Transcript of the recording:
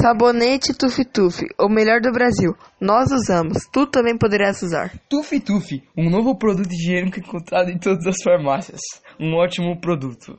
Sabonete Tuf-Tuf, o melhor do Brasil. Nós usamos, tu também poderás usar. Tuf Tuf, um novo produto higiênico encontrado em todas as farmácias. Um ótimo produto.